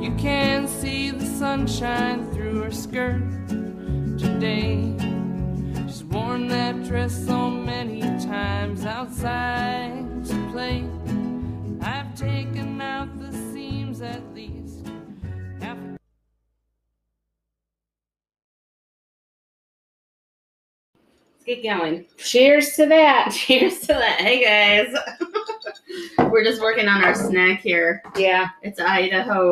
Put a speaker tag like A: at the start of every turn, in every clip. A: You can see the sunshine through her skirt today. She's worn that dress so many times outside to play. I've taken out the seams at least. half-
B: Let's get going.
C: Cheers to that.
B: Cheers to that. Hey guys. We're just working on our snack here.
C: Yeah.
B: It's Idaho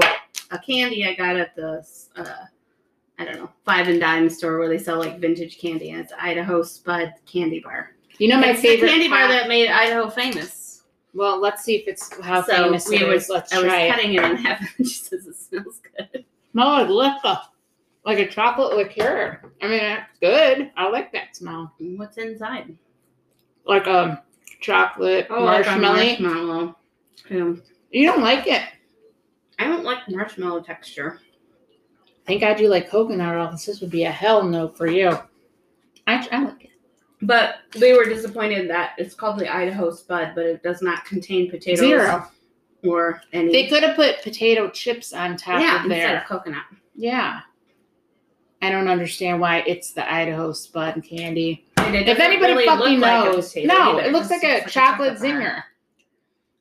B: a candy I got at the uh, I don't know five and dime store where they sell like vintage candy. And it's Idaho Spud candy bar.
C: You know my
B: It's the
C: favorite
B: candy bar
C: pop-
B: that made Idaho famous.
C: Well, let's see if it's how
B: so
C: famous
B: we
C: it
B: was,
C: is. Let's
B: I was
C: try it.
B: cutting it in half and she says it smells good.
C: Smell like liquor, like a chocolate liqueur. I mean, that's good. I like that smell,
B: What's inside?
C: like a chocolate
B: Oh, like a
C: Oh, marshmallow.
B: marshmallow. Yeah.
C: You don't like it?
B: I don't like marshmallow texture.
C: Thank God you like coconut oil. 'cause This would be a hell no for you. I, I like it.
B: But we were disappointed that it's called the Idaho Spud, but it does not contain potatoes
C: Zero.
B: or any.
C: They could have put potato chips on top
B: yeah,
C: of
B: instead
C: there.
B: of coconut.
C: Yeah. I don't understand why it's the Idaho Spud candy.
B: And it
C: If
B: doesn't
C: anybody
B: really
C: fucking
B: look like a
C: knows,
B: potato
C: no,
B: either.
C: it looks like
B: just
C: a chocolate
B: bar.
C: zinger.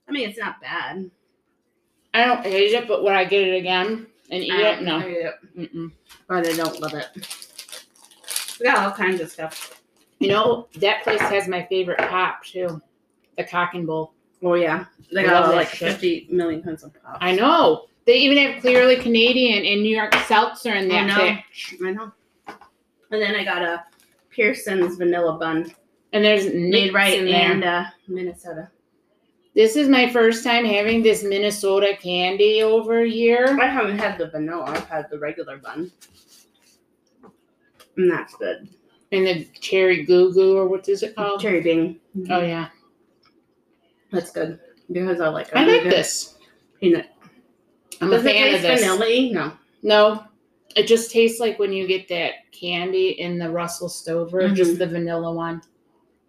B: I mean, it's not bad.
C: I don't hate it, but would I get it again and eat
B: I
C: it?
B: don't
C: No.
B: hate it,
C: Mm-mm.
B: but I don't love it. We got all kinds of stuff.
C: You know that place has my favorite pop too, the Cock and Bull.
B: Oh yeah, they
C: I
B: got
C: love
B: all,
C: that
B: like
C: shit.
B: fifty million tons of pop.
C: I know they even have clearly Canadian and New York seltzer in
B: I
C: that
B: know.
C: bitch.
B: I know. And then I got a Pearson's vanilla bun
C: And there's
B: made right
C: in there.
B: in uh, Minnesota.
C: this is my first time having this Minnesota candy over here.
B: I haven't had the vanilla. I've had the regular bun. And that's good.
C: and the cherry goo goo or what is it called?
B: Cherry bean.
C: Oh yeah,
B: That's good. Because I like
C: I like
B: good
C: this.
B: Peanut.
C: I'm
B: Does
C: a fan
B: it
C: of
B: taste
C: this.
B: vanilla-y? No.
C: No, it just tastes like when you get that candy in the Russell Stover, just
B: Mhm.
C: the vanilla one.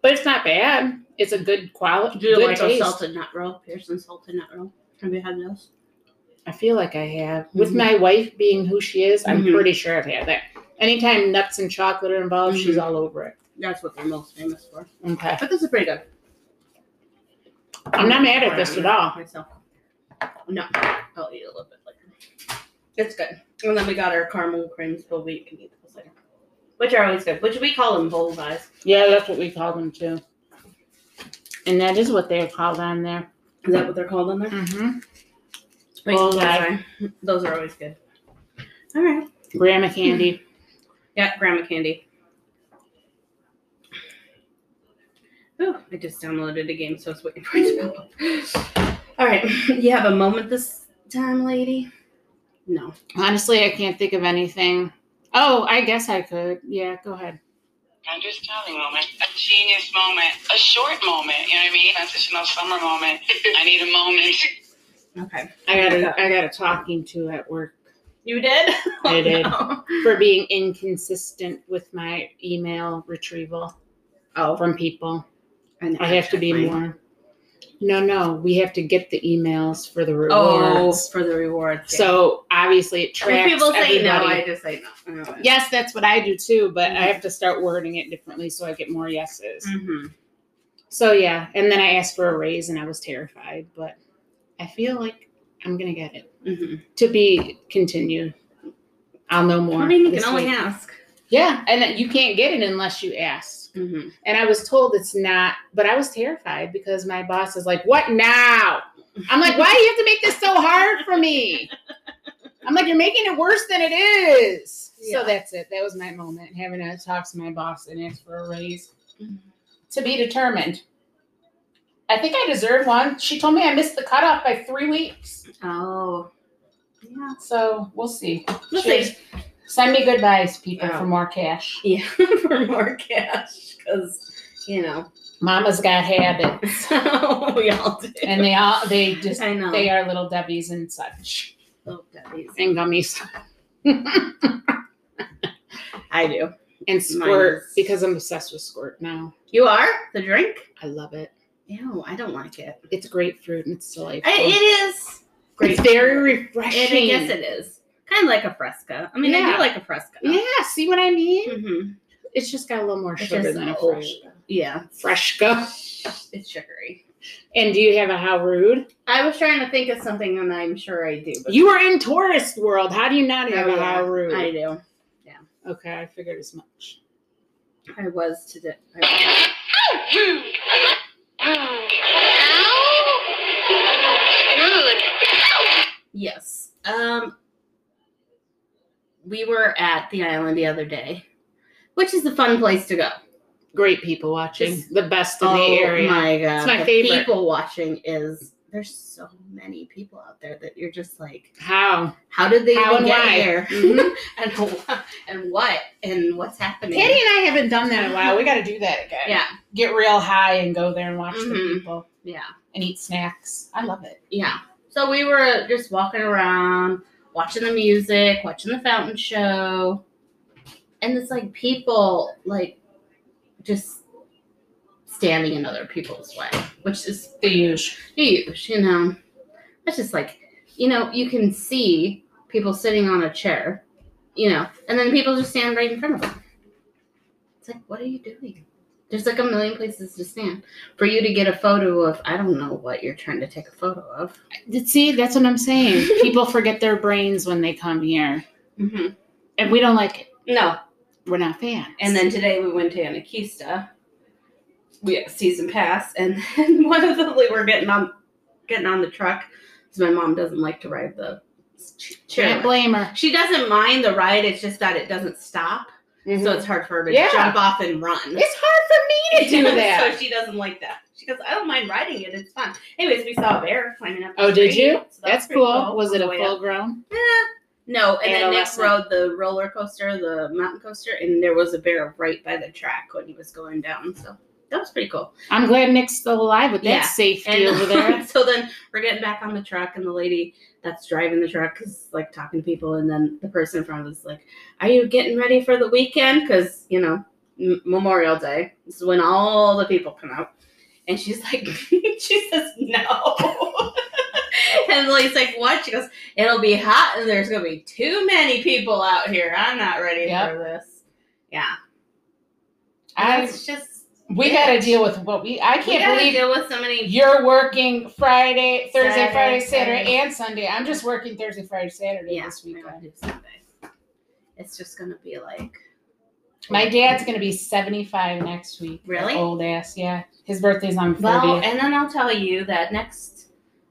C: But it's not bad. It's a good quality,
B: Do you
C: good
B: like
C: taste.
B: a salted nut roll? Pearson salted nut roll. Have you had those?
C: I feel like I have. With
B: Mhm.
C: my wife being who she is, I'm
B: Mhm.
C: pretty sure I've had that. Anytime nuts and chocolate are involved, she's
B: Mhm.
C: all over it.
B: That's what they're most famous for.
C: Okay.
B: But this is pretty good.
C: I'm not mad at this at all.
B: Myself. No, I'll eat a little bit later. It's good. And then we got our caramel creams, but we can eat those later. Which are always good. Which we call them bullseyes.
C: Yeah, that's what we call them too. And that is what they're called on there.
B: Is that what they're called on there?
C: Mm-hmm.
B: Wait,
C: Bullseye.
B: bullseye. Those are always good. All right.
C: Grandma candy.
B: Yeah, grandma candy. Ooh, I just downloaded a game, so it's waiting for it to pop up. All right, you have a moment this time, lady? No.
C: Honestly, I can't think of anything. Oh, I guess I could. Yeah, go ahead.
D: Understanding moment, a genius moment, a short moment, you know what I mean? Transitional summer moment. I need a moment.
B: Okay.
C: I got a, I got a talking to at work
B: You did? Oh,
C: I did.
B: no.
C: for being inconsistent with my email retrieval
B: Oh,
C: from people.
B: and
C: I have to be
B: mine.
C: more. No, no, we have to get the emails for the
B: Oh,
C: rewards.
B: for the rewards. yeah.
C: So obviously it
B: When
C: tracks
B: people say
C: everybody.
B: no, I just say no. no
C: yes, that's what I do too, but I
B: Mhm.
C: have to start wording it differently so I get more yeses.
B: hmm
C: So yeah, and then I asked for a raise and I was terrified, but I feel like I'm gonna get it.
B: hmm
C: To be continued. I'll know more.
B: I mean, you
C: this
B: can only
C: week.
B: ask.
C: Yeah, and that- you can't get it unless you ask.
B: hmm
C: And I was told it's not, but I was terrified because my boss is like, "What now?" I'm like, "Why do you have to make this so hard for me?" I'm like, "You're making it worse than it is."
B: Yeah.
C: So that's it. That was my moment having to talk to my boss and ask for a raise
B: Mm-hmm.
C: to be determined. I think I deserve one. She told me I missed the cutoff by three weeks,
B: Oh. Yeah.
C: so we'll see.
B: We'll
C: Cheers.
B: see.
C: Send me goodbyes, people,
B: Oh.
C: for more cash.
B: Yeah, for more cash, because you know
C: Mama's got habits,
B: we all do.
C: and they all they just
B: I know.
C: they are little debbies and such
B: Oh, Debbie's.
C: and gummies
B: I do.
C: and squirt
B: is-
C: because I'm obsessed with squirt now.
B: You are the drink.
C: I love it.
B: Ew, I don't like it.
C: It's grapefruit and it's delightful.
B: I, it is. Great.
C: It's very
B: And
C: refreshing.
B: I guess it is kind of like a fresca. I mean, I
C: Yeah.
B: do like a fresca.
C: yeah, see what I mean?
B: hmm
C: It's just got a little more
B: It's
C: sugar
B: just
C: than a
B: old.
C: fresh
B: Yeah,
C: fresco.
B: it's sugary.
C: And do you have a how rude?
B: I was trying to think of something, and I'm sure I do. But
C: You are in tourist world. How do you not have
B: Oh,
C: a
B: yeah,
C: how rude?
B: I do.
C: Okay, I figured as much.
B: I was today. Yes. Um, we were at the island the other day, which is a fun place to go.
C: Great people watching.
B: Just- oh
C: the best in the area.
B: my god,
C: Oh It's my
B: the
C: favorite.
B: People watching is there's so many people out there that you're just like,
C: How?
B: how did they
C: How
B: even
C: and
B: get
C: why?
B: here?
C: Mhm.
B: and wh- and what and what's happening?
C: Teddy and I haven't done that in a while. We got to do that again.
B: Yeah,
C: Get real high and go there and watch
B: Mhm.
C: the people
B: yeah,
C: and eat snacks. I love it.
B: yeah. So we were just walking around, watching the music, watching the fountain show, and it's like people like just standing in other people's way, which is
C: The huge.
B: huge, you know. That's just like, you know, you can see people sitting on a chair, you know, and then people just stand right in front of them. It's like, what are you doing? There's like a million places to stand for you to get a photo of. I don't know what you're trying to take a photo of.
C: See, that's what I'm saying. people forget their brains when they come here,
B: Mm-hmm.
C: and we don't like it.
B: No.
C: We're not fans.
B: And then today we went to Anakista. We had a season pass, and then one of the we were getting on getting on the truck because my mom doesn't like to ride the ch- chair.
C: can't blame her.
B: She doesn't mind the ride. It's just that it doesn't stop, so
C: Mhm.
B: it's hard for her to
C: Yeah.
B: jump off and run.
C: it's hard for me to do that.
B: so she doesn't like that. She goes, "I don't mind riding it. It's fun." Anyways, we saw a bear climbing up. the
C: Oh, did
B: tree,
C: you?
B: so that was
C: That's
B: pretty
C: cool. Was
B: on
C: it
B: the
C: a
B: way
C: full
B: up.
C: grown?
B: Eh, no, and then Nick
C: Adolescent.
B: rode the roller coaster, the mountain coaster, and there was a bear right by the track when he was going down. So that was pretty cool.
C: I'm glad Nick's still alive with that
B: Yeah.
C: safety
B: And
C: over there.
B: so then we're getting back on the truck, and the lady that's driving the truck is like talking to people, and then the person in front of us is like, "Are you getting ready for the weekend? Because you know M- Memorial Day. This is when all the people come out." And she's like, she says no. and the lady's like, what? She goes, it'll be hot and there's gonna be too many people out here. I'm not ready
C: Yep.
B: for this. Yeah. And
C: I
B: it's just
C: we got to deal with what we. I
B: we
C: can't
B: gotta
C: believe
B: deal with so many
C: You're working Friday, Thursday,
B: Saturday,
C: Friday, Saturday,
B: Saturday.
C: and Sunday. I'm just working Thursday, Friday, Saturday
B: yeah,
C: this
B: I gotta
C: weekend.
B: do Sunday. It's just gonna be like
C: My dad's gonna be 75 next week.
B: Really?
C: Old ass, yeah. His birthday's on 30th.
B: Well, and then I'll tell you that next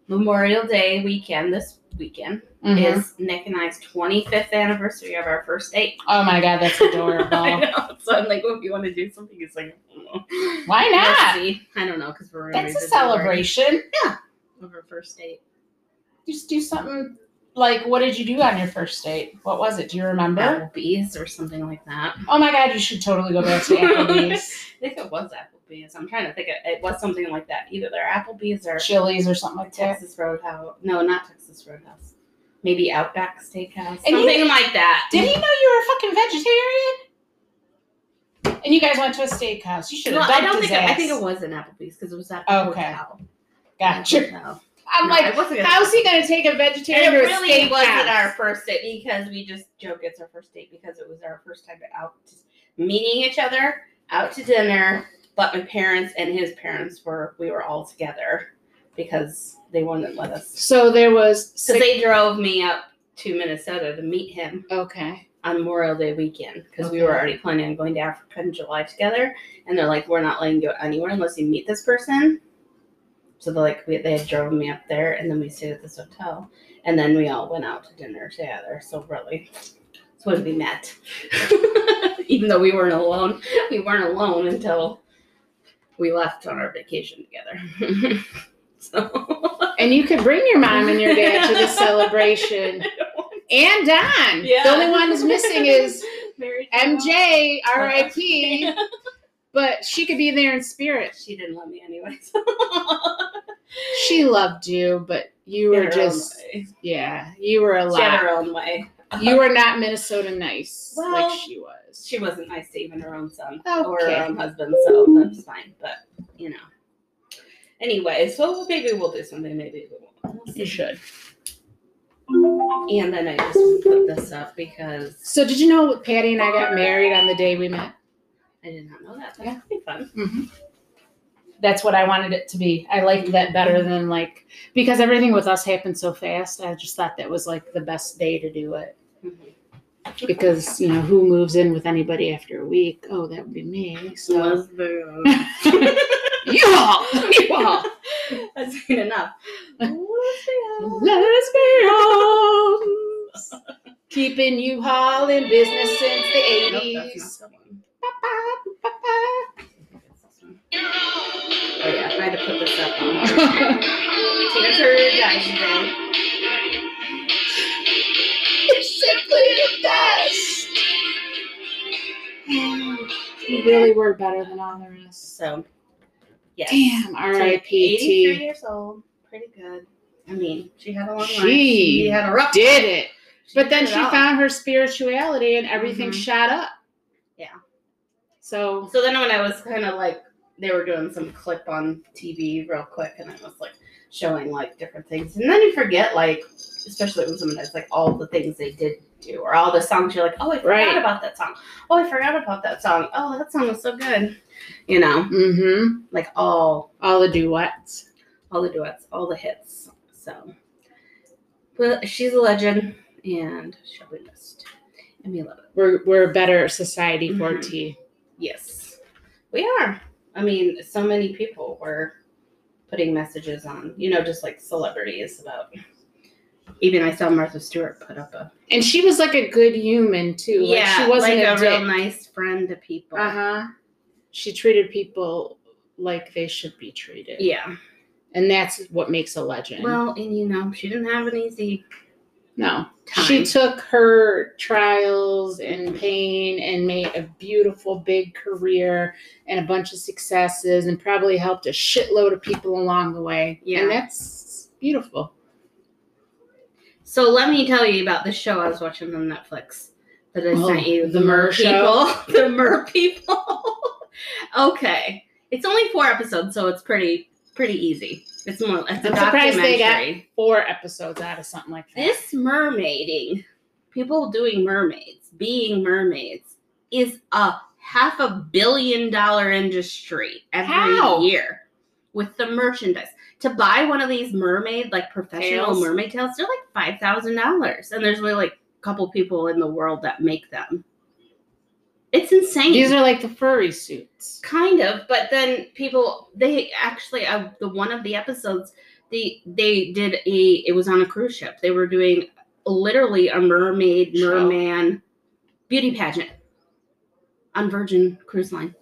B: Memorial Day weekend, this weekend,
C: Mhm.
B: is Nick and I's 25th anniversary of our first date.
C: Oh my god, that's
B: I
C: adorable.
B: know. So I'm like, well, if you want to do something, he's like, I don't know.
C: Why
B: Let's
C: not?
B: see. I don't know, because we're gonna
C: That's a
B: revisit our-
C: celebration.
B: of our first date.
C: Just do something like what did you do on your first date? What was it? Do you remember?
B: Applebee's or something like that.
C: Oh my god, you should totally go back to Applebee's,
B: I think it was Applebee's. I'm trying to think. It, it was something like that. Either they're Applebee's or
C: Chili's or something like that.
B: Texas Roadhouse. No, not Texas Roadhouse. Maybe Outback Steakhouse.
C: And you-
B: something like that.
C: Did he know you were a fucking vegetarian? And you guys went to a steakhouse. You should have
B: Well, I
C: dumped
B: don't
C: his
B: think I, I
C: ass.
B: think it was an Applebee's because it was at the
C: Okay.
B: hotel.
C: Gotcha.
B: Hotel.
C: I'm
B: No,
C: like,
B: I wasn't gonna-
C: how's he gonna take a vegetarian
B: And it
C: to a
B: really
C: steakhouse?
B: wasn't our first date because we just joke it's our first date because it was our first time out to, meeting each other, out to dinner. But my parents and his parents were we were all together because they wouldn't let us.
C: So there was
B: So
C: six.
B: they drove me up to Minnesota to meet him
C: okay.
B: on Memorial Day weekend because we were
C: Okay.
B: already planning on going to Africa in July together. And they're like, we're not letting you go anywhere unless you meet this person. So they're like, we, they had driven me up there and then we stayed at this hotel. And then we all went out to dinner together. So really, it's when we met. Even though we weren't alone, we weren't alone until we left on our vacation together. so,
C: And you could bring your mom and your dad to the celebration. And Don.
B: Yeah.
C: The only one who's missing is
B: Mary Jo.
C: MJ, R.I.P. But she could be there in spirit.
B: She didn't let me anyway.
C: She loved you, but you were just yeah, you were a
B: She had
C: lot.
B: her own way.
C: You were not Minnesota nice
B: Well,
C: like she was.
B: She wasn't nice to even her own son or
C: Okay.
B: her own husband, so that's fine. But you know. Anyway, so maybe we'll do something. Maybe we won't. We'll see.
C: should.
B: And then I just put this up because
C: So did you know Patty and I got married on the day we met?
B: I did not know that. That's
C: Yeah.
B: pretty fun.
C: That's what I wanted it to be. I liked that better than like because everything with us happened so fast. I just thought that was like the best day to do it
B: Mm-hmm.
C: because you know who moves in with anybody after a week? Oh, that would be me. So you all, you all.
B: That's good enough.
C: Lesbians. Keeping you all in business since the 80s.
B: Oh yeah, I had to put this up on Tina Turner Jackson Band.
C: It's simply the best. You really were better than all the rest.
B: So yeah.
C: Damn,
B: Eighty-three
C: R.I.P.T.
B: years old. Pretty good. I mean, she had a long life.
C: She
B: She had a rough
C: Did it.
B: She
C: But then
B: did it
C: she
B: all.
C: found her spirituality and everything
B: Mhm.
C: shot up.
B: Yeah.
C: So
B: So then when I was kind of like, they were doing some clip on TV real quick, and I was like showing like different things, and then you forget like, especially when someone does like all the things they did do or all the songs you're like, oh I forgot
C: Right.
B: about that song, oh I forgot about that song, oh that song was so good, you know,
C: Mm-hmm.
B: like all
C: All the duets.
B: all the duets, all the hits. So, but she's a legend, and she'll be missed, and we love it.
C: We're we're a better society for
B: Mhm.
C: tea.
B: Yes, we are. I mean, so many people were putting messages on, you know, just like celebrities about. Even I saw Martha Stewart put up a
C: And she was like a good human too. like she wasn't
B: like a, real
C: dick.
B: nice friend to people.
C: Uh-huh. She treated people like they should be treated.
B: Yeah.
C: And that's what makes a legend.
B: Well, and you know, she didn't have an easy
C: no.
B: time.
C: She took her trials and pain and made a beautiful big career and a bunch of successes and probably helped a shitload of people along the way.
B: Yeah.
C: And that's beautiful.
B: so let me tell you about this show I was watching on Netflix that I
C: Oh,
B: sent you.
C: the Mer show?
B: People. The Mer People. okay. It's only four episodes, so it's pretty pretty easy. It's more it's a
C: I'm surprised
B: documentary.
C: they got Four episodes out of something like that.
B: This mermaiding, people doing mermaids, being mermaids, is a half a billion dollar industry every
C: How?
B: year with the merchandise. To buy one of these mermaid, like professional
C: Tails?
B: mermaid tails, they're like $5,000. And there's only like a couple people in the world that make them. It's insane
C: These are like the furry suits.
B: kind of but then people they actually uh, the one of the episodes they they did a it was on a cruise ship they were doing literally a mermaid
C: Show.
B: merman beauty pageant on virgin cruise line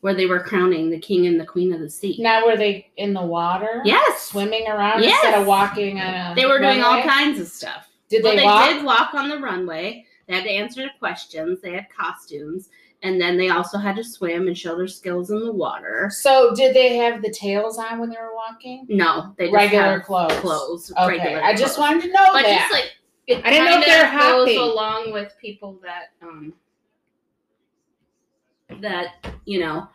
B: where they were crowning the king and the queen of the sea
C: Now were they in the water?
B: yes
C: Swimming around
B: Yes.
C: instead of walking on a
B: they were doing all
C: runway?
B: kinds of stuff
C: Did
B: well,
C: they,
B: they
C: walk?
B: did walk on the runway. They had to answer questions. They had costumes, and then they also had to swim and show their skills in the water.
C: So did they have the tails on when they were walking?
B: No, they just
C: Regular
B: have
C: clothes.
B: Clothes.
C: Okay,
B: regular
C: I just
B: clothes.
C: wanted to know
B: But
C: that.
B: just like it
C: I didn't know if
B: kinda
C: they're hopping.
B: goes along with people that um that you know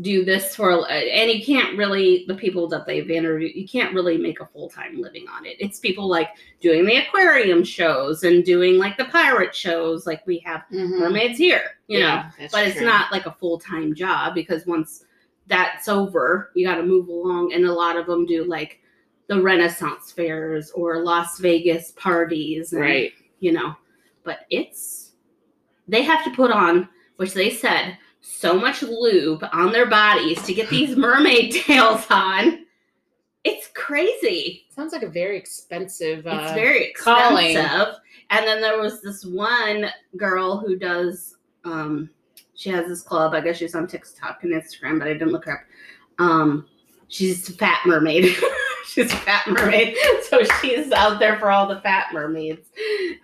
B: do this for and you can't really the people that they've interviewed you can't really make a full-time living on it it's people like doing the aquarium shows and doing like the pirate shows like we have
C: Mm. Mm-hmm.
B: mermaids here you know but it's not like a full-time job because once that's over you got to move along and a lot of them do like the renaissance fairs or las vegas parties and,
C: right.
B: you know but it's they have to put on which they said so much lube on their bodies to get these mermaid tails on it's crazy
C: Sounds like a very expensive. Uh,
B: it's very
C: calling.
B: expensive. And then there was this one girl who does um she has this club. I guess she's on TikTok and Instagram, but I didn't look her up. Um she's a fat mermaid. she's a fat mermaid. So she's out there for all the fat mermaids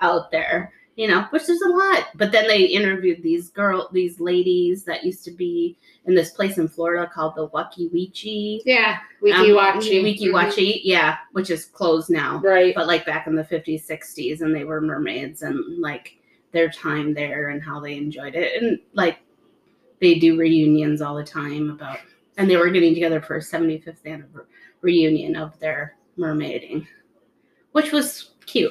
B: out there. You know, which there's a lot. But then they interviewed these girl these ladies that used to be in this place in Florida called the Wacky Weechi.
C: yeah. Wiki watching.
B: Wiki Wachi, yeah, which is closed now
C: Right.
B: but like back in the 50s 60s and they were mermaids and like their time there and how they enjoyed it and like they do reunions all the time about and they were getting together for a 75th anniversary reunion of their mermaiding which was cute.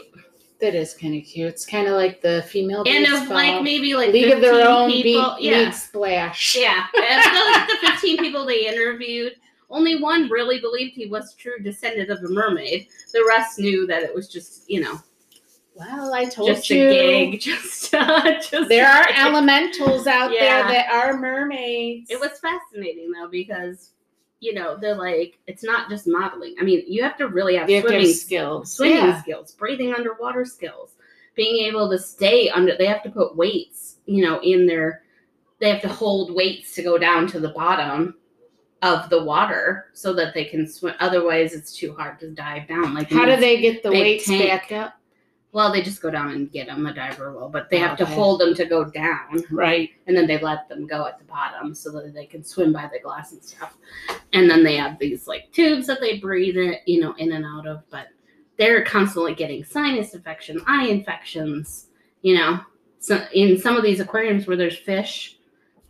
C: That is kind of cute. It's kind of like the female
B: And of
C: baseball
B: like maybe like
C: League of
B: 15
C: Their Own
B: people.
C: beat,
B: yeah.
C: League Splash.
B: Yeah, of the, the 15 people they interviewed, only one really believed he was true descendant of a mermaid. The rest knew that it was just, you know,
C: Well, I told
B: just
C: you.
B: a gig. Just, uh, just
C: There are
B: a gig.
C: elementals out
B: Yeah.
C: there that are mermaids.
B: It was fascinating though because, you know, they're like it's not just modeling. I mean, you have to really have
C: you have to
B: swimming
C: have skills.
B: swimming
C: Yeah.
B: skills, breathing underwater skills, being able to stay under. They have to put weights, you know, in their. They have to hold weights to go down to the bottom of the water so that they can swim. Otherwise, it's too hard to dive down. Like
C: How do
B: these-
C: they get the
B: Big
C: weights
B: tank.
C: back up?
B: Well, they just go down and get them. A diver will, but they have to
C: Okay.
B: hold them to go down,
C: Right.
B: and then they let them go at the bottom so that they can swim by the glass and stuff. And then they have these like tubes that they breathe it, you know, in and out of. But they're constantly getting sinus infection, eye infections, you know. So in some of these aquariums where there's fish,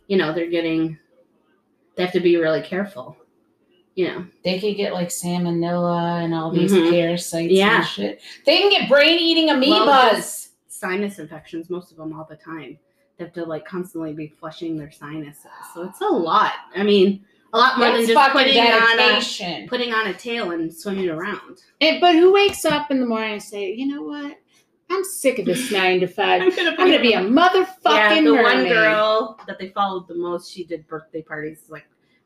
B: you know, they're getting they have to be really careful. You know.
C: They could get like salmonella and all these
B: Mhm.
C: parasites
B: Yeah.
C: and shit. They can get brain eating amoebas.
B: Well, Sinus infections, most of them all the time. They have to like constantly be flushing their sinuses. So it's a lot. I mean, a lot more
C: That's
B: than just
C: fucking
B: putting on a
C: dedication.
B: putting on a tail and swimming around.
C: And- but who wakes up in the morning and say, you know what? I'm sick of this nine to five.
B: gonna,
C: I'm gonna be a motherfucking
B: yeah, the one
C: mermaid.
B: girl that they followed the most. She did birthday parties, like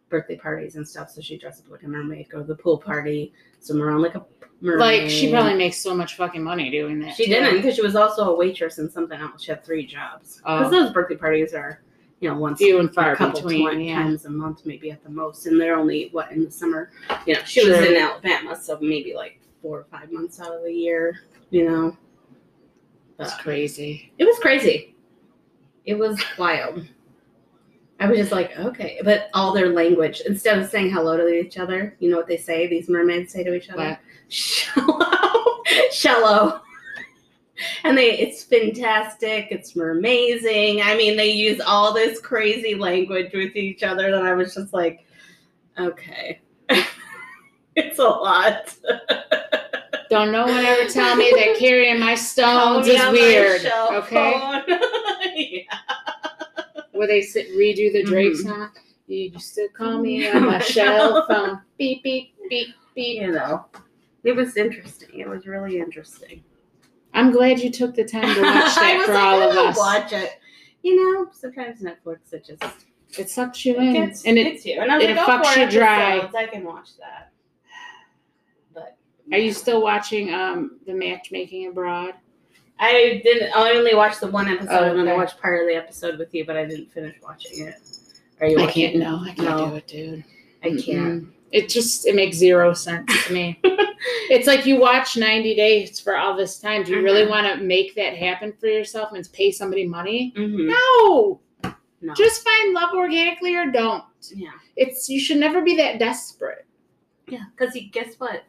B: birthday parties and stuff. So she dressed up like a mermaid, go to the pool party, swim around like a mermaid.
C: Like she probably makes so much fucking money doing that.
B: she
C: too.
B: didn't because she was also a waitress and something else. She had three jobs because
C: Oh.
B: those birthday parties are, you know, once
C: Few and
B: or
C: far
B: a couple
C: between.
B: twi-
C: yeah.
B: times a month, maybe at the most, and they're only what in the summer. You know, she was
C: True.
B: in Alabama, so maybe like four or five months out of the year. You know,
C: That's
B: But-
C: crazy.
B: it was crazy. It was wild. I was just like, okay, but all their language instead of saying hello to each other, you know what they say? These mermaids say to each other,
C: What?
B: "Shallow, shallow," and they it's fantastic, it's mermazing. I mean, they use all this crazy language with each other that I was just like, okay, it's a lot.
C: Don't no one ever tell me that carrying my
B: Call
C: stones
B: me
C: is
B: on my
C: weird.
B: cell
C: Okay.
B: phone. Yeah.
C: Where they sit, redo the Drake
B: Mhm.
C: song. You just still call me on my shell phone. Beep beep beep beep.
B: you know, it was interesting. It was really interesting.
C: I'm glad you took the time to watch that for all of
B: "I'll
C: us.
B: Watch it. You know, sometimes Netflix it just
C: It sucks you in,
B: it gets,
C: Mm, and it
B: gets you. And I was
C: it
B: like, "Oh,
C: fucks
B: four
C: you dry."
B: episodes, I can watch that. But
C: Are you still watching um the matchmaking abroad?
B: I didn't. oh, I only watched the one episode,
C: Oh,
B: and then I
C: okay.
B: watched part of the episode with you, but I didn't finish watching it. Are you?
C: I
B: watching
C: can't. No, I can't
B: No.
C: do it, dude.
B: it? I can't.
C: Mm-mm. It just it makes zero sense to me. it's like you watch 90 days for all this time. Do you really
B: Mhm.
C: want to make that happen for yourself and pay somebody money?
B: Mm-hmm.
C: No,
B: No.
C: just find love organically or don't.
B: yeah.
C: It's you should never be that desperate.
B: Yeah. Because guess what?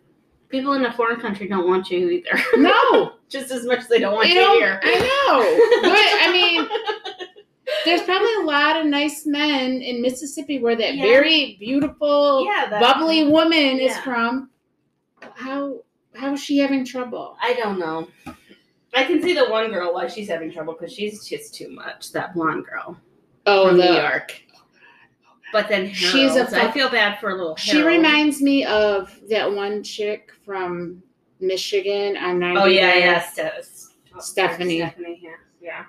B: People in a foreign country don't want you either.
C: No,
B: just as much as they don't want
C: They
B: you
C: don't-
B: here.
C: I know, but I mean. There's probably a lot of nice men in Mississippi where that
B: Yeah.
C: very beautiful,
B: yeah, that-
C: bubbly woman is
B: Yeah.
C: from. How how is she having trouble?
B: I don't know. I can see the one girl why she's having trouble because she's just too much. That blonde girl
C: Oh,
B: from New
C: the,
B: York. But then
C: She's
B: she's
C: a
B: a. I
C: fuck-
B: feel bad for a little.
C: she
B: Harold.
C: reminds me of that one chick from Michigan on 90
B: Oh yeah,
C: Day.
B: yeah, Steph- oh,
C: Stephanie.
B: Stephanie, yeah, yeah.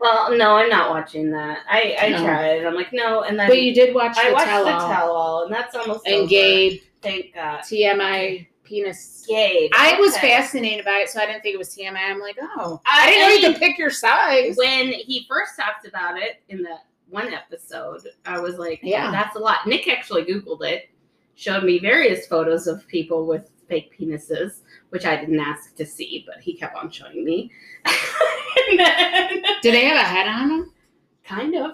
B: Well, no, I'm not watching that. I I
C: No.
B: tried. I'm like no, and then
C: But you did watch
B: I
C: the
B: watched
C: tell
B: the tell all, and that's almost over.
C: and Gabe
B: Thank God.
C: TMI penis.
B: Gabe.
C: I was
B: okay.
C: fascinated by it, so I didn't think it was TMI. I'm like, oh,
B: I-
C: I, didn't know
B: I
C: you
B: mean-
C: could pick your size.
B: when he first talked about it in the one episode, I was like,
C: Yeah.
B: that's a lot." Nick actually Googled it, showed me various photos of people with fake penises, which I didn't ask to see, but he kept on showing me. and then,
C: Do they have a head on them?
B: kind of,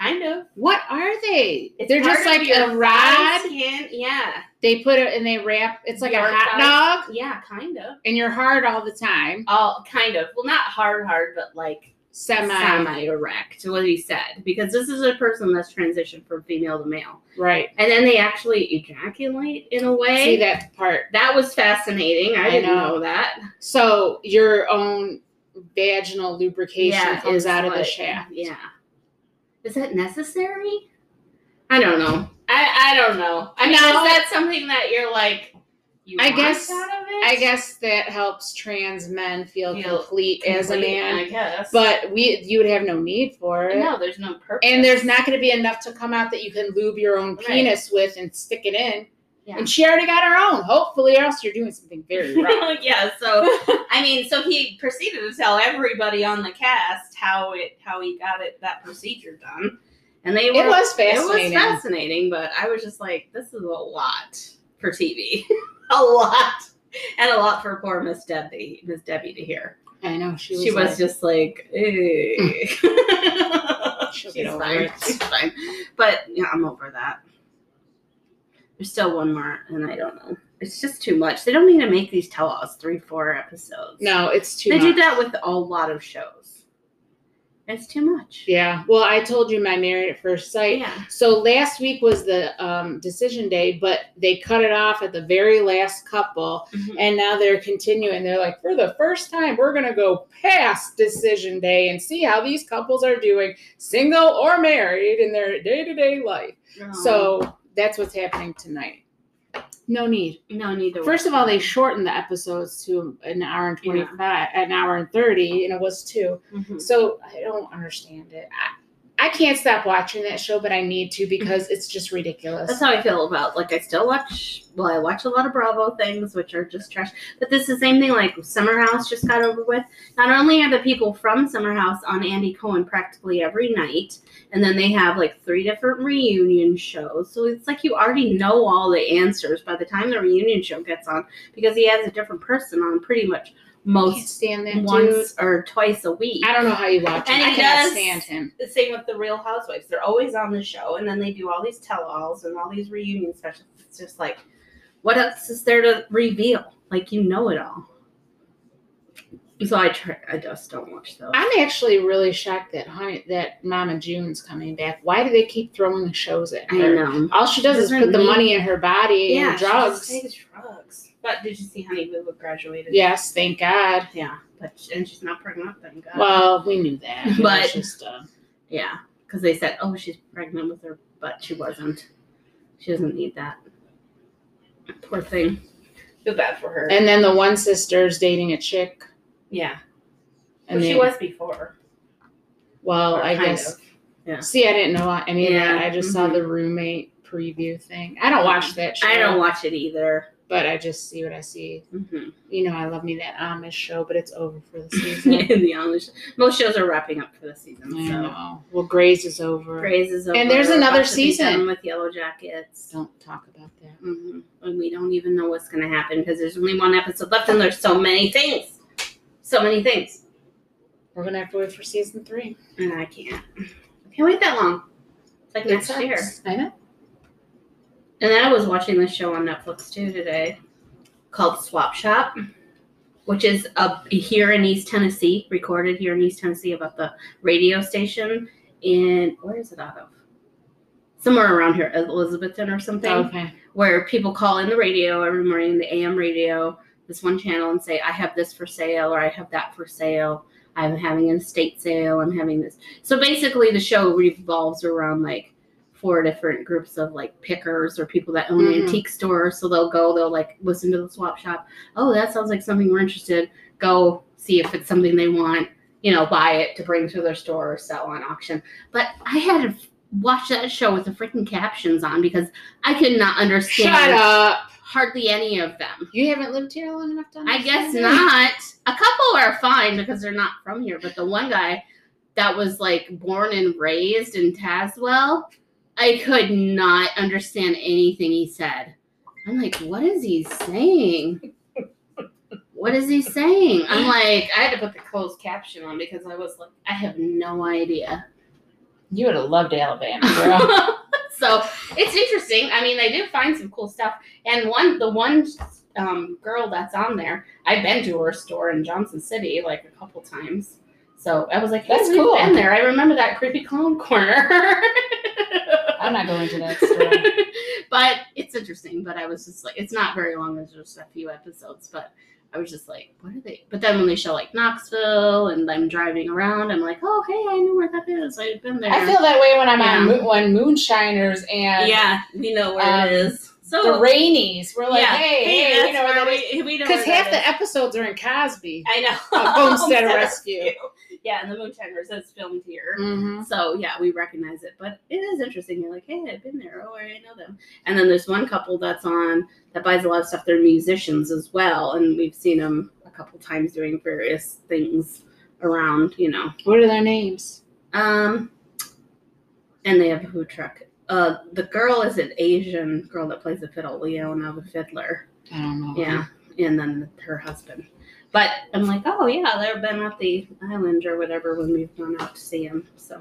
B: kind of,
C: What are they?
B: It's
C: They're just
B: part of
C: like
B: your
C: a rod.
B: skin. Yeah,
C: They put it and they wrap. It's like
B: Your
C: a hot
B: size.
C: dog,
B: yeah, kind of.
C: and you're hard all the time.
B: All kind of. Well, not hard, hard, but like
C: semi,
B: semi erect, what he said, because this is a person that's transitioned from female to male.
C: right.
B: And then they actually ejaculate in a way.
C: See that part.
B: That was fascinating. I,
C: I
B: didn't
C: know.
B: know that.
C: So your own vaginal lubrication comes
B: it's
C: out of the
B: like-
C: shaft.
B: Yeah. Is that necessary? I don't know. I, I don't know. I mean,
C: No.
B: is that something that you're like, you
C: I
B: want
C: guess-
B: out of it?
C: I guess that helps trans men feel
B: Feel
C: complete as a
B: Complete,
C: man.
B: I guess.
C: But we you would have no need for it.
B: no, there's no purpose.
C: And there's not going to be enough to come out that you can lube your own
B: Right.
C: penis with and stick it in.
B: Yeah.
C: And she already got her own. Hopefully, or else you're doing something very wrong.
B: yeah, so I mean, so he proceeded to tell everybody on the cast how it how he got it that procedure done, and they were,
C: it was
B: it
C: fascinating.
B: was fascinating, but I was just like, this is a lot for TV, a lot, and a lot for poor Miss Debbie, Miss Debbie to hear.
C: I know she
B: She was,
C: was. like,
B: just like, eh.
C: She'll get
B: she's
C: over
B: fine,
C: it.
B: she's fine, but yeah, I'm over that. There's still one more, and I don't know. It's just too much. They don't need to make these tell-alls three, four episodes
C: no, it's too.
B: they
C: much.
B: do that with a lot of shows. It's too much.
C: Yeah. Well, I told you my Married at First Sight.
B: Yeah.
C: So last week was the um, decision day, but they cut it off at the very last couple,
B: Mhm.
C: and now they're continuing. They're like, for the first time, we're gonna go past decision day and see how these couples are doing, single or married, in their day to day life. So that's what's happening tonight. No need.
B: no need to.
C: First of all, they shortened the episodes to an hour and
B: Yeah.
C: twenty-five, an hour and thirty, and it was two.
B: Mhm.
C: So I don't understand it. I, I can't stop watching that show, but I need to because it's just ridiculous.
B: That's how I feel about like I still watch. Well, I watch a lot of Bravo things, which are just trash. But this is the same thing. Like Summer House just got over with. Not only are the people from Summer House on Andy Cohen practically every night, and then they have like three different reunion shows. So it's like you already know all the answers by the time the reunion show gets on, because he has a different person on pretty much
C: I
B: most
C: can't stand that dude.
B: once or twice a week.
C: I don't know how you watch him.
B: And
C: I
B: he
C: cannot
B: does-
C: stand him.
B: The same with the Real Housewives. They're always on the show, and then they do all these tell-alls and all these reunion specials. It's just like, what else is there to reveal? Like you know it all. So I try, I just don't watch those.
C: I'm actually really shocked that honey, that Mama June's coming back. Why do they keep throwing shows at
B: I
C: her?
B: know.
C: All she does is
B: Doesn't
C: put the
B: need-
C: money in her body and
B: she
C: drugs.
B: just takes drugs. But did you see Honey Boo Boo graduated?
C: Yes, thank God.
B: Yeah. But and she's not pregnant. Thank God.
C: Well, we knew that. It was
B: But-
C: just, uh,
B: yeah, because they said, oh, she's pregnant with her, but she wasn't. She doesn't need that. Poor thing. Feel bad for her.
C: and then the one sister's dating a chick,
B: yeah.
C: and
B: Well, she
C: then-
B: was before.
C: Well,
B: or
C: I
B: kind
C: guess.
B: of. Yeah.
C: See, I didn't know any of that.
B: Yeah, mm-hmm.
C: I just saw the roommate preview thing. I don't watch that show.
B: I don't watch it either.
C: But I just see what I see.
B: Mhm.
C: You know, I love me that Amish show, but it's over for the season.
B: In the Amish, most shows are wrapping up for the
C: I
B: season. So
C: know. Well, Grays is over.
B: Grays is over.
C: And there's
B: We're
C: another
B: about to be
C: season.
B: done with Yellow Jackets.
C: Don't talk about that.
B: hmm And we don't even know what's going to happen because there's only one episode left, and there's so many things, so many things,
C: We're gonna have to wait for season three.
B: and I can't. I can't wait that long. It's like next year.
C: I know.
B: And then I was watching this show on Netflix too today called Swap Shop, which is up here in East Tennessee, recorded here in East Tennessee about the radio station in where is it out of? Somewhere around here, Elizabethton or something,
C: Okay.
B: where people call in the radio every morning, the AM radio, this one channel, and say, I have this for sale or I have that for sale. I'm having an estate sale. I'm having this. So basically, the show revolves around like four different groups of like pickers or people that own
C: Mhm.
B: antique stores. So they'll go, they'll like listen to the swap shop. Oh, that sounds like something we're interested. Go see if it's something they want. You know, buy it to bring to their store or sell on auction. But I had to watch that show with the freaking captions on because I could not understand
C: Shut up.
B: hardly any of them.
C: You haven't lived here long enough to.
B: I guess
C: understand it?
B: not. A couple are fine because they're not from here, but the one guy that was like born and raised in Tazewell, I could not understand anything he said. I'm like, what is he saying? What is he saying? I'm like, I had to put the closed caption on because I was like, I have no idea.
C: You would have loved Alabama, girl.
B: so it's interesting. I mean, they do find some cool stuff. And one, the one um, girl that's on there, I've been to her store in Johnson City like a couple times. So I was like,
C: That's
B: "That's cool."
C: cool.
B: Been there. I remember that creepy clown corner.
C: I'm not going to that story.
B: but it's interesting. But I was just like, it's not very long. It's just a few episodes. But I was just like, what are they? But then when they show like Knoxville and them driving around, I'm like, oh hey, I know where that is. I've been there.
C: I feel that way when I'm on
B: Yeah.
C: Moon- when Moonshiners and
B: yeah, we know where
C: Um,
B: it is.
C: the
B: So
C: Rainies. We're like,
B: yeah,
C: hey, hey, you
B: that's
C: know where
B: where
C: that is.
B: we, we know
C: Because
B: where
C: half
B: that
C: the episodes are in Cosby.
B: I know.
C: Of Homestead Rescue.
B: Yeah, and the Moonshiners that's filmed here.
C: Mm-hmm.
B: So yeah, we recognize it, but it is interesting. You're like, hey, I've been there. Oh, I already know them. And then there's one couple that's on that buys a lot of stuff. They're musicians as well, and we've seen them a couple times doing various things around, you know.
C: What are their names?
B: Um, and they have a food truck. Uh, the girl is an Asian girl that plays the fiddle, Leona the fiddler.
C: I don't know.
B: Yeah,
C: Mm-hmm.
B: and then her husband. But I'm like, oh yeah, they've been at the island or whatever when we've gone out to see him. So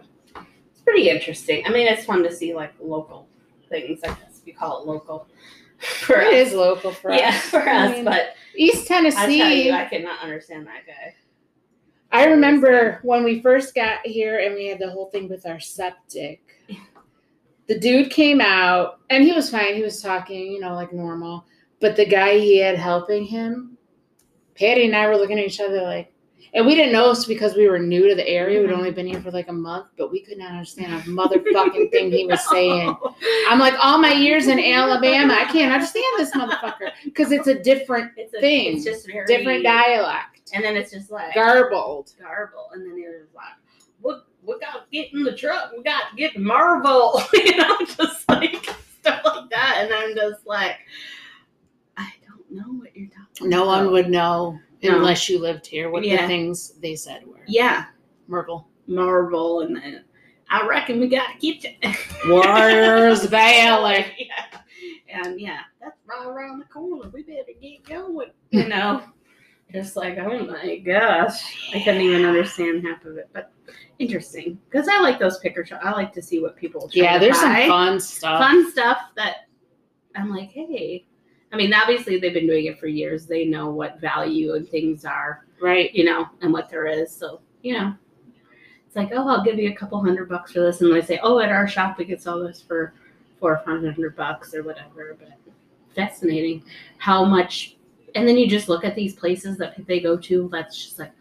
B: it's pretty interesting. I mean, it's fun to see like local things. I guess we call it local for
C: It
B: us.
C: is local for
B: yeah,
C: us.
B: for
C: I
B: us.
C: mean,
B: But
C: East
B: I tell
C: Tennessee.
B: you,
C: I,
B: I could not understand that guy.
C: remember when we first got here and we had the whole thing with our septic. The dude came out and he was fine. He was talking, you know, like normal. But the guy he had helping him, Patty and I were looking at each other like, and we didn't know it's because we were new to the area. We'd
B: Mhm.
C: only been here for like a month, but we could not understand a motherfucking thing he was saying. I'm like, all my years in Alabama, I can't understand this motherfucker because it's a different,
B: It's a
C: Thing.
B: It's just very
C: different dialect,
B: and then it's just like
C: garbled.
B: garble, and then they're just like, "What? We got to get in the truck. We got to get Marvel." you know, just like stuff like that, and I'm just like, I don't know what you're talking.
C: No
B: about.
C: one would know
B: Oh. No.
C: unless you lived here what the
B: Yeah.
C: things they said were.
B: Yeah,
C: Merkel.
B: Marvel, and then I reckon we got to get you.
C: Warriors Valley.
B: Yeah. And yeah, that's right around the corner. We better get going. You know, just like, oh my gosh. I couldn't even understand half of it, but interesting. Because I like those picker shows. I like to see what people try
C: Yeah,
B: to
C: there's some
B: buy.
C: fun stuff.
B: Fun stuff that I'm like, hey. I mean, obviously, they've been doing it for years. They know what value and things are,
C: Right.
B: you know, and what there is. So, you know, it's like, oh, I'll give you a couple hundred bucks for this. And they say, oh, at our shop, we could sell this for four or five hundred bucks or whatever. But fascinating how much. And then you just look at these places that they go to. That's just like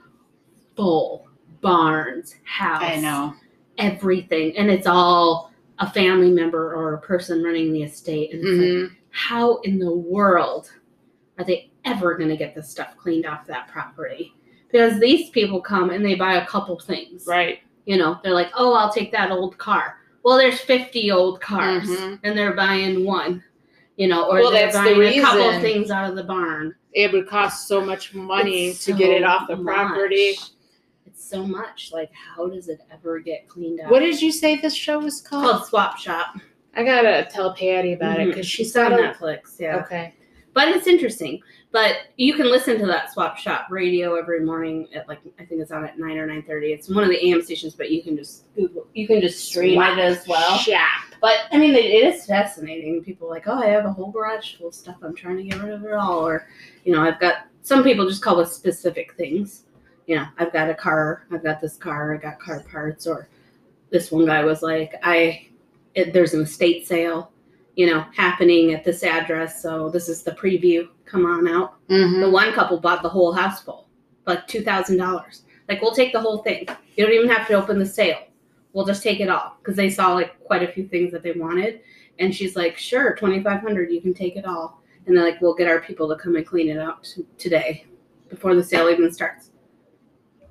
B: full barns, house
C: I know.
B: everything and it's all a family member or a person running the estate and it's like,
C: Mhm.
B: how in the world are they ever going to get this stuff cleaned off that property because these people come and they buy a couple things
C: Right.
B: you know they're like oh i'll take that old car well there's 50 old cars
C: Mhm.
B: and they're buying one you know or
C: Well,
B: they're
C: that's the
B: buying a couple
C: reason.
B: things out of the barn
C: It would cost so much money
B: It's
C: to get it
B: so
C: off the property.
B: much. it's so much like how does it ever get cleaned up
C: What did you say this show was
B: it's
C: called? Mm-hmm.
B: called swap shop
C: I gotta tell Patty about it
B: Mhm.
C: because she
B: It's on
C: said it.
B: Netflix, yeah.
C: Okay.
B: But it's interesting. But you can listen to that swap shop radio every morning at like I think it's on at nine or nine thirty. It's one of the AM stations, but you can just Google, you can just stream
C: Swap
B: it as well.
C: Yeah.
B: But I mean, it, it is fascinating. People are like, oh, I have a whole garage full of stuff. I'm trying to get rid of it all, or you know, I've got some people just call us specific things. You know, I've got a car. I've got this car. I got car parts. Or this one guy was like, I it, there's an estate sale, you know, happening at this address. So this is the preview. Come on out.
C: Mhm.
B: The one couple bought the whole house full, like two thousand dollars. Like we'll take the whole thing. You don't even have to open the sale. We'll just take it all because they saw like quite a few things that they wanted, and she's like, "Sure, twenty five hundred, you can take it all." And they're like, "We'll get our people to come and clean it up t- today, before the sale even starts."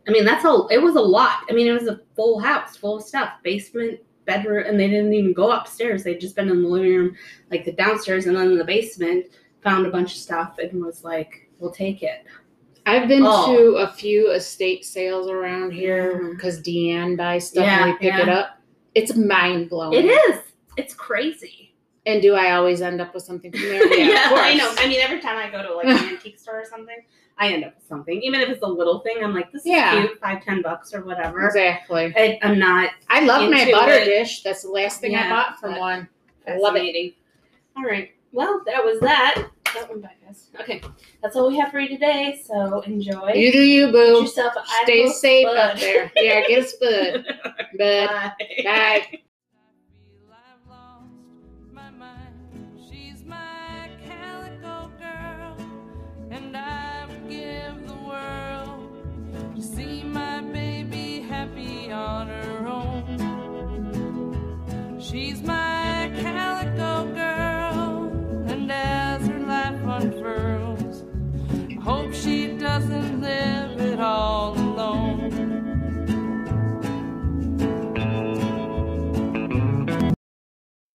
B: I mean, that's a. It was a lot. I mean, it was a full house, full of stuff, basement, bedroom, and they didn't even go upstairs. They'd just been in the living room, like the downstairs, and then in the basement found a bunch of stuff and was like, "We'll take it."
C: I've been
B: Oh.
C: to a few estate sales around here
B: Mhm.
C: because Deanne buys stuff and
B: Yeah,
C: we pick it up. It's mind blowing.
B: It is. It's crazy.
C: And do I always end up with something from there? Yeah, of course.
B: I know. I mean, every time I go to like an antique store or something, I end up with something, even if it's a little thing. I'm like, "This is
C: Yeah.
B: cute, five, ten bucks or whatever."
C: Exactly.
B: I, I'm not
C: I love my
B: Into
C: butter
B: it.
C: dish. That's the last thing I
B: Yeah,
C: bought from
B: but-
C: one. I love it.
B: fascinating. All right. Well, that was that. that one back, guys. Okay, that's all we have for you today. So enjoy.
C: You do you,
B: Get
C: boo.
B: yourself. a
C: Stay
B: Idaho
C: safe
B: bud.
C: out there. Yeah, get a spud. Bud.
B: Bye.
C: Bye.
A: I feel I've lost my mind. She's my calico girl, and I would give the world to see my baby happy on her own. She's my calico girl, and as her life unfurls, I hope she doesn't live.